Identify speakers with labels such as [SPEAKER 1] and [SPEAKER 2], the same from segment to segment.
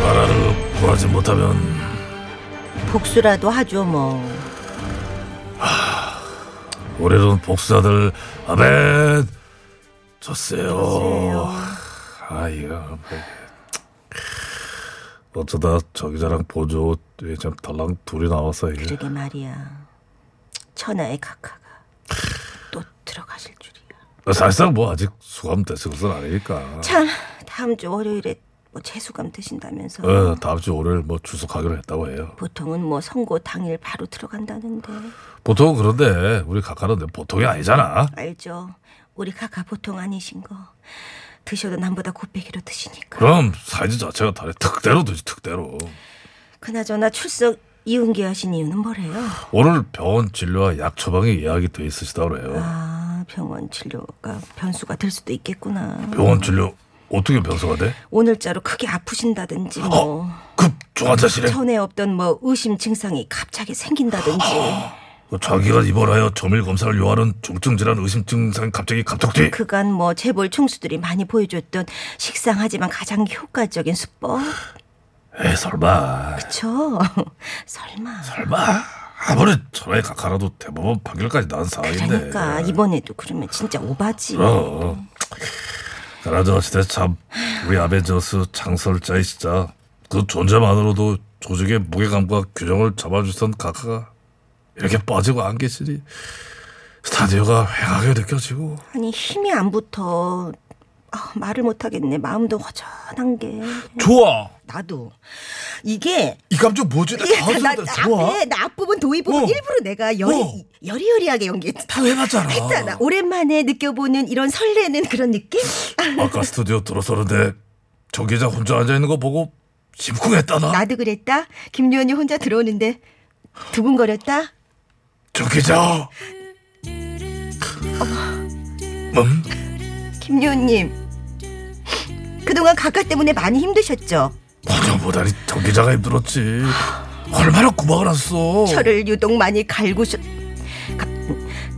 [SPEAKER 1] 나라를 구하지 못하면
[SPEAKER 2] 복수라도 하죠 뭐.
[SPEAKER 1] 우리는 복사들 아멘 졌어요. 아 이거 어쩌다 저기자랑 보조 이게 참 달랑 둘이 나와서 이게
[SPEAKER 2] 그러게 말이야. 천하의 각하가 또 들어가실 줄이야.
[SPEAKER 1] 사실상 뭐 아직 수감됐을 것은 아니니까.
[SPEAKER 2] 참 다음 주 월요일에 뭐 재수감 되신다면서.
[SPEAKER 1] 어, 다음 주 월요일 뭐 출석하기로 했다고 해요.
[SPEAKER 2] 보통은 뭐 선고 당일 바로 들어간다는데
[SPEAKER 1] 보통 그런데 우리 각하는 보통이 아니잖아.
[SPEAKER 2] 알죠? 우리 카카 보통 아니신 거 드셔도 남보다 곱빼기로 드시니까.
[SPEAKER 1] 그럼 사이즈 자체가 다르 특대로 되지 특대로.
[SPEAKER 2] 그나저나 출석 이운기하신 이유는 뭐래요?
[SPEAKER 1] 오늘 병원 진료와 약 처방이 예약이 돼 있으시다고 그래요.
[SPEAKER 2] 아 병원 진료가 변수가 될 수도 있겠구나.
[SPEAKER 1] 병원 진료 어떻게 변수가 돼?
[SPEAKER 2] 오늘자로 크게 아프신다든지 뭐.
[SPEAKER 1] 급 중환자실에
[SPEAKER 2] 전에 없던 뭐 의심 증상이 갑자기 생긴다든지
[SPEAKER 1] 그 자기가 입원하여 정밀 검사를 요하는 중증 질환 의심 증상 갑자기 갑툭튀.
[SPEAKER 2] 그간 뭐 재벌 총수들이 많이 보여줬던 식상하지만 가장 효과적인 수법
[SPEAKER 1] 에 설마
[SPEAKER 2] 그쵸? 설마
[SPEAKER 1] 설마 아무리 전화에 각하라도 대법원 판결까지 난 상황인데.
[SPEAKER 2] 그러니까 이번에도 그러면 진짜 오바지
[SPEAKER 1] 어. 그나저나 시대 참 우리 아베저스 창설자이시자 그 존재만으로도 조직의 무게감과 균형을 잡아주던 각하가 이렇게 빠지고 안 계시니 스타디오가 휑하게 느껴지고
[SPEAKER 2] 아니 힘이 안 붙어 아, 말을 못하겠네 마음도 허전한 게
[SPEAKER 1] 좋아
[SPEAKER 2] 나도 이게
[SPEAKER 1] 이 감정 뭐지?
[SPEAKER 2] 이게 예, 나, 나 앞에 나 앞부분 도입부분
[SPEAKER 1] 어.
[SPEAKER 2] 일부러 내가 여리
[SPEAKER 1] 어.
[SPEAKER 2] 여리여리하게 연기했잖아
[SPEAKER 1] 다 해놨잖아
[SPEAKER 2] 오랜만에 느껴보는 이런 설레는 그런 느낌?
[SPEAKER 1] 아까 스튜디오 들어서는데 정 기자 혼자 앉아있는 거 보고 심쿵했다 나
[SPEAKER 2] 나도 그랬다. 김요원이 혼자 들어오는데 두근거렸다.
[SPEAKER 1] 정 기자 음?
[SPEAKER 2] 김요원님, 그동안 각하 때문에 많이 힘드셨죠?
[SPEAKER 1] 혼자보다니 정 기자가 힘들었지. 얼마나 구박을 했어.
[SPEAKER 2] 저를 유독 많이 갈구셨, 가-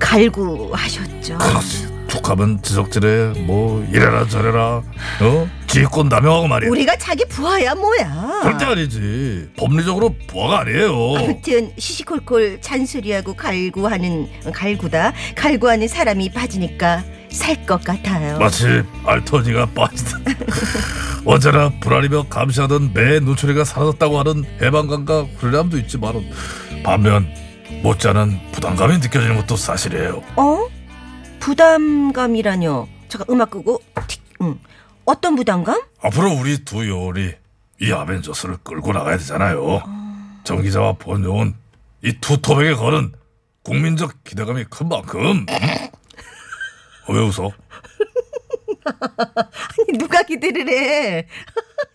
[SPEAKER 2] 갈구하셨죠.
[SPEAKER 1] 그렇지. 툭하면 지적질에 뭐 이래라 저래라 어 지휘권 남용하고 말이야.
[SPEAKER 2] 우리가 자기 부하야 뭐야.
[SPEAKER 1] 절대 아니지. 법리적으로 부하가 아니에요.
[SPEAKER 2] 아무튼 시시콜콜 잔소리하고 갈구하는 갈구다 갈구하는 사람이 빠지니까 살 것 같아요.
[SPEAKER 1] 마치 알토니가 빠지듯 언제나 불안이며 감시하던 매 눈초리가 사라졌다고 하는 해방감과 훈련함도 있지만 반면 못지않은 부담감이 느껴지는 것도 사실이에요.
[SPEAKER 2] 어? 부담감이라뇨. 잠깐 음악 끄고. 틱. 응. 어떤 부담감?
[SPEAKER 1] 앞으로 우리 두 요원이 이 아벤져스를 끌고 나가야 되잖아요. 정 기자와 본 요원 이 두 토백에 거는 국민적 기대감이 큰 만큼 어, 왜 웃어?
[SPEAKER 2] 아니 누가 기대를 해?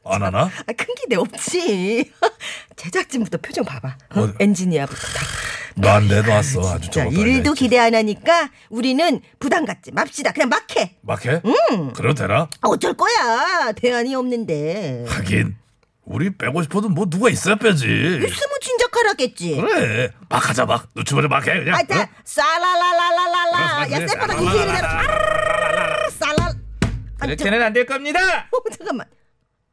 [SPEAKER 1] 안 하나?
[SPEAKER 2] 아, 큰 기대 없지. 제작진부터 표정 봐봐. 어?
[SPEAKER 1] 어.
[SPEAKER 2] 엔지니어부터 다.
[SPEAKER 1] 너안 내놨어 아주
[SPEAKER 2] 자,
[SPEAKER 1] 저거
[SPEAKER 2] 일도 기대 안 하니까 우리는 부담 갖지 맙시다. 그냥 막 해.
[SPEAKER 1] 막해? 그래도 되나?
[SPEAKER 2] 아, 어쩔 거야. 대안이 없는데.
[SPEAKER 1] 하긴 우리 빼고 싶어도 뭐 누가 있어야 빼지
[SPEAKER 2] 있으면 진작하라겠지.
[SPEAKER 1] 그래 막 하자 막 눈치보지 막해 그냥
[SPEAKER 2] 아, 자,
[SPEAKER 1] 어?
[SPEAKER 2] 싸라라라라라라. 아, 야, 세파다 기계를
[SPEAKER 3] 아,
[SPEAKER 2] 내라. 싸라. 아, 아니, 저,
[SPEAKER 3] 그렇게는 안 될 겁니다.
[SPEAKER 2] 어, 잠깐만.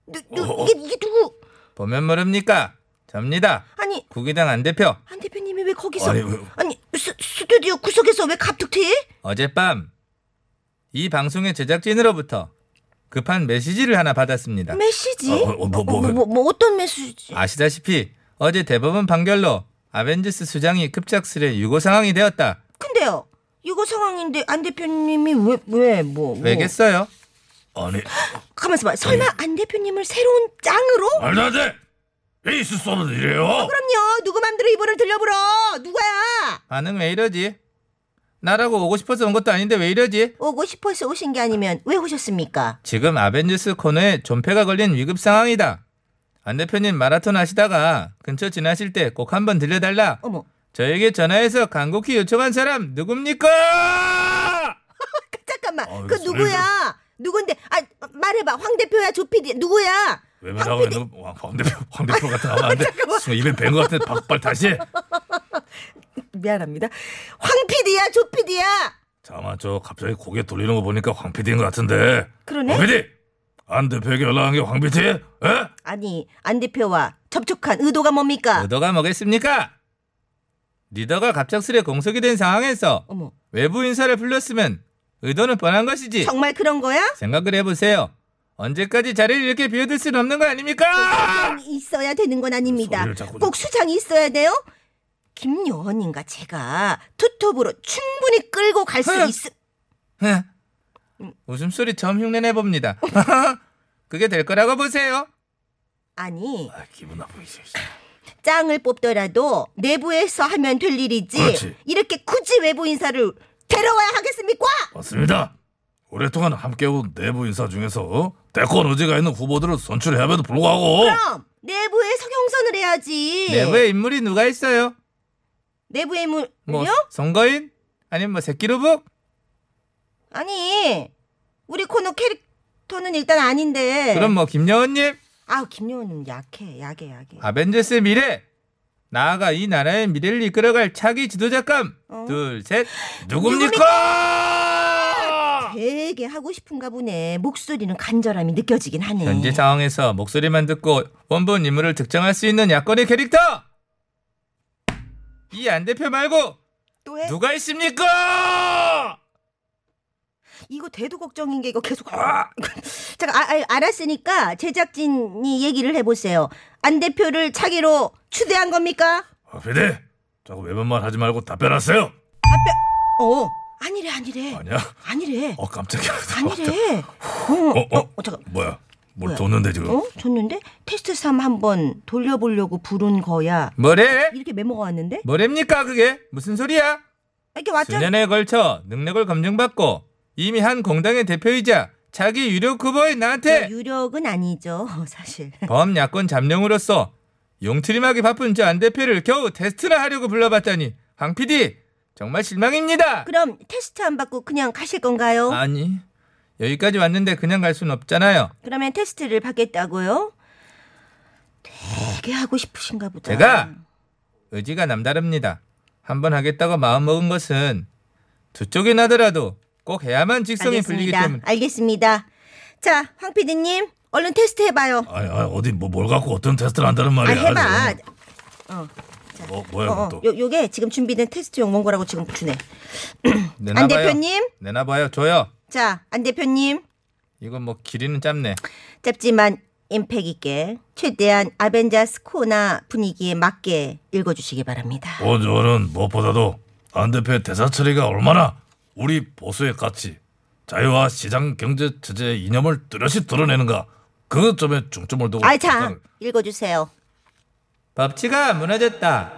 [SPEAKER 2] 누, 누,
[SPEAKER 1] 어.
[SPEAKER 2] 이게, 이게 누구?
[SPEAKER 3] 보면 모릅니까? 접니다.
[SPEAKER 2] 아니,
[SPEAKER 3] 구기당 안 대표
[SPEAKER 2] 안 대표님이 왜 거기서?
[SPEAKER 1] 아니,
[SPEAKER 2] 아니,
[SPEAKER 1] 왜-
[SPEAKER 2] 스, 스튜디오 구석에서 왜 갑툭튀?
[SPEAKER 3] 어젯밤 이 방송의 제작진으로부터 급한 메시지를 하나 받았습니다.
[SPEAKER 2] 메시지?
[SPEAKER 1] 어, 어, 뭐, 뭐,
[SPEAKER 2] 뭐, 뭐, 뭐 어떤 메시지?
[SPEAKER 3] 아시다시피 어제 대법원 판결로 아벤지스 수장이 급작스레 유고 상황이 되었다.
[SPEAKER 2] 근데요, 이거 상황인데 안 대표님이 왜, 왜, 뭐, 뭐.
[SPEAKER 3] 왜겠어요?
[SPEAKER 1] 아니
[SPEAKER 2] 가만있어 봐. 설마 안 대표님을 새로운 짱으로?
[SPEAKER 1] 말도 안돼 왜 있을 수 없는 일이에요
[SPEAKER 2] 그럼요. 누구 맘대로 입원을 들려불어. 누구야?
[SPEAKER 3] 반응 왜 이러지?
[SPEAKER 1] 나라고 오고 싶어서 온 것도 아닌데 왜 이러지?
[SPEAKER 2] 오고 싶어서 오신 게 아니면 왜 오셨습니까?
[SPEAKER 1] 지금 아벤져스 코너에 존폐가 걸린 위급 상황이다. 안 대표님 마라톤 하시다가 근처 지나실 때 꼭 한번 들려달라.
[SPEAKER 2] 어머,
[SPEAKER 1] 저에게 전화해서 간곡히 요청한 사람 누굽니까?
[SPEAKER 2] 잠깐만.
[SPEAKER 4] 아,
[SPEAKER 2] 그
[SPEAKER 4] 소리를-
[SPEAKER 2] 누구야? 누군데? 아, 말해봐. 황 대표야, 조 PD 누구야?
[SPEAKER 4] 왜 말하고 있는 거? 왕, 황 대표, 황 대표 같은 하면 안 돼. 순간 입에 뱀것 같은데 박발 다시 해.
[SPEAKER 2] 미안합니다. 황 PD야, 조 PD야.
[SPEAKER 4] 잠깐만 저 갑자기 고개 돌리는 거 보니까 황 PD인 것 같은데.
[SPEAKER 2] 그러네.
[SPEAKER 4] 황 PD! 안 대표에게 연락한 게 황 PD? 예?
[SPEAKER 2] 아니, 안 대표와 접촉한 의도가 뭡니까?
[SPEAKER 1] 리더가 뭐겠습니까? 리더가 갑작스레 공석이 된 상황에서
[SPEAKER 2] 어머,
[SPEAKER 1] 외부 인사를 불렀으면 의도는 뻔한 것이지.
[SPEAKER 2] 정말 그런 거야?
[SPEAKER 1] 생각을 해보세요. 언제까지 자리를 이렇게 비워둘 수는 없는 거 아닙니까?
[SPEAKER 2] 수장이 있어야 되는 건 아닙니다.
[SPEAKER 4] 소리를 자꾸-
[SPEAKER 2] 꼭 수장이 있어야 돼요. 김요원님과 제가 투톱으로 충분히 끌고 갈 수
[SPEAKER 4] 아!
[SPEAKER 1] 헐.
[SPEAKER 2] 있음.
[SPEAKER 1] 예. 웃음소리 처음 흉내내봅니다. 그게 될 거라고 보세요.
[SPEAKER 2] 아니
[SPEAKER 4] 아, 기분 나쁘게 씨.
[SPEAKER 2] 짱을 뽑더라도 내부에서 하면 될 일이지.
[SPEAKER 4] 그렇지.
[SPEAKER 2] 이렇게 굳이 외부 인사를 데려와야 하겠습니까?
[SPEAKER 4] 어! 맞습니다. 오랫동안 함께온 내부 인사 중에서 대권 의지가 있는 후보들을 선출해야에도 불구하고
[SPEAKER 2] 그럼 내부에 성형선을 해야지.
[SPEAKER 1] 내부에 인물이 누가 있어요?
[SPEAKER 2] 내부의 물요?
[SPEAKER 1] 뭐 선거인? 아니면 뭐 새끼로북?
[SPEAKER 2] 아니 우리 코너 캐릭터는 일단 아닌데.
[SPEAKER 1] 그럼 뭐 김여원님?
[SPEAKER 2] 아 김요원님 약해 약해 약해.
[SPEAKER 1] 아벤져스의 미래! 나아가 이 나라의 미래를 이끌어갈 차기 지도자감!
[SPEAKER 2] 어?
[SPEAKER 1] 둘, 셋!
[SPEAKER 4] 누굽니까?
[SPEAKER 2] 되게 하고 싶은가 보네. 목소리는 간절함이 느껴지긴 하네.
[SPEAKER 1] 현재 상황에서 목소리만 듣고 원본 인물을 특정할 수 있는 야권의 캐릭터! 이 안 대표 말고
[SPEAKER 2] 또 해?
[SPEAKER 1] 누가 있습니까?
[SPEAKER 2] 이거 대도 걱정인 게 이거 계속 아! 잠깐 아, 아, 알았으니까 제작진이 얘기를 해보세요. 안 대표를 차기로 추대한 겁니까?
[SPEAKER 4] 황 PD! 아, 자꾸 외면만 하지 말고 답변하세요.
[SPEAKER 2] 어 아니래 아니래
[SPEAKER 4] 아니야?
[SPEAKER 2] 아니래
[SPEAKER 4] 어 깜짝이야.
[SPEAKER 2] 네. 아니래. 어,
[SPEAKER 4] 어, 어,
[SPEAKER 2] 어, 잠깐.
[SPEAKER 4] 뭐야? 뭘
[SPEAKER 2] 뭐야?
[SPEAKER 4] 줬는데 지금?
[SPEAKER 2] 어 줬는데 테스트 삼 한번 돌려보려고 부른 거야.
[SPEAKER 1] 뭐래?
[SPEAKER 2] 이렇게 메모가 왔는데
[SPEAKER 1] 뭐랍니까 그게? 무슨 소리야?
[SPEAKER 2] 이렇게 왔잖아.
[SPEAKER 1] 수년에 걸쳐 능력을 검증받고 이미 한 공당의 대표이자 자기 유력 후보인 나한테
[SPEAKER 2] 유력은 아니죠 사실.
[SPEAKER 1] 범야권 잠룡으로서 용트림하기 바쁜 저 안 대표를 겨우 테스트나 하려고 불러봤다니 황 PD 정말 실망입니다.
[SPEAKER 2] 그럼 테스트 안 받고 그냥 가실 건가요?
[SPEAKER 1] 아니 여기까지 왔는데 그냥 갈 순 없잖아요.
[SPEAKER 2] 그러면 테스트를 받겠다고요? 되게 하고 싶으신가 보다.
[SPEAKER 1] 제가 의지가 남다릅니다. 한번 하겠다고 마음먹은 것은 두 쪽이 나더라도 꼭 해야만 직성이 풀리기
[SPEAKER 2] 알겠습니다.
[SPEAKER 1] 때문에
[SPEAKER 2] 알겠습니다. 자, 황 PD님, 얼른 테스트 해봐요.
[SPEAKER 4] 아니, 아니 어디 뭐 뭘 갖고 어떤 테스트를 한다는
[SPEAKER 2] 아,
[SPEAKER 4] 말이야?
[SPEAKER 2] 해봐.
[SPEAKER 4] 지금.
[SPEAKER 2] 어,
[SPEAKER 4] 뭐 뭐야
[SPEAKER 2] 어,
[SPEAKER 4] 그거
[SPEAKER 2] 어.
[SPEAKER 4] 또?
[SPEAKER 2] 요, 요게 지금 준비된 테스트용 원고라고 지금 주네. 안
[SPEAKER 1] 내놔봐요.
[SPEAKER 2] 대표님,
[SPEAKER 1] 내놔봐요. 줘요.
[SPEAKER 2] 자, 안 대표님,
[SPEAKER 1] 이건 뭐 길이는 짧네.
[SPEAKER 2] 짧지만 임팩 있게 최대한 아벤자스 코나 분위기에 맞게 읽어주시기 바랍니다.
[SPEAKER 4] 어, 저는 무엇보다도 안 대표의 대사 처리가 얼마나 우리 보수의 가치, 자유와 시장 경제 체제의 이념을 뚜렷이 드러내는가 그 점에 중점을 두고
[SPEAKER 2] 아,
[SPEAKER 4] 일단
[SPEAKER 2] 자, 읽어주세요.
[SPEAKER 1] 법치가 무너졌다.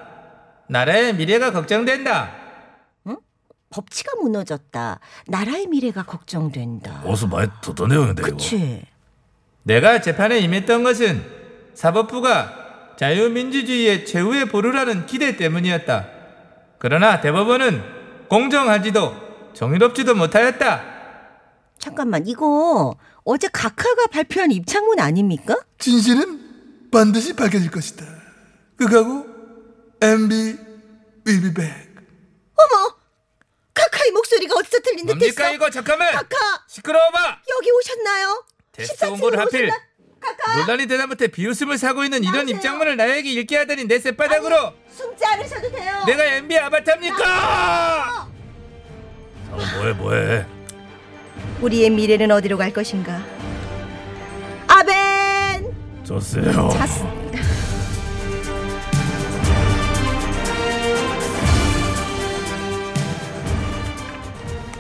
[SPEAKER 1] 나라의 미래가 걱정된다.
[SPEAKER 2] 법치가 무너졌다. 나라의 미래가 걱정된다.
[SPEAKER 4] 어서 많이 듣던 내용인데 이거.
[SPEAKER 2] 그치?
[SPEAKER 1] 내가 재판에 임했던 것은 사법부가 자유민주주의의 최후의 보루라는 기대 때문이었다. 그러나 대법원은 공정하지도 정의롭지도 못하였다.
[SPEAKER 2] 잠깐만, 이거 어제 각하가 발표한 입장문 아닙니까?
[SPEAKER 5] 진실은 반드시 밝혀질 것이다. 그거고 MB will be back.
[SPEAKER 2] 어머! 카카의 목소리가 어디서 들린 듯
[SPEAKER 1] 뭡니까
[SPEAKER 2] 했어?
[SPEAKER 1] 이거 잠깐만
[SPEAKER 2] 카카!
[SPEAKER 1] 시끄러워 봐.
[SPEAKER 2] 여기 오셨나요?
[SPEAKER 1] 테스트
[SPEAKER 2] 14층에
[SPEAKER 1] 공고를 하필
[SPEAKER 2] 오셨나? 카카!
[SPEAKER 1] 논란이 되다 못해 비웃음을 사고 있는 이런
[SPEAKER 2] 나오세요.
[SPEAKER 1] 입장문을 나에게 읽게 하다니 내 쌔바닥으로
[SPEAKER 2] 숨지 않으셔도 돼요!
[SPEAKER 1] 뭐? 내가 MB 아바타입니까?
[SPEAKER 4] 아, 뭐해 뭐해.
[SPEAKER 2] 우리의 미래는 어디로 갈 것인가? 아벤!
[SPEAKER 4] 좋세요.
[SPEAKER 2] 다스...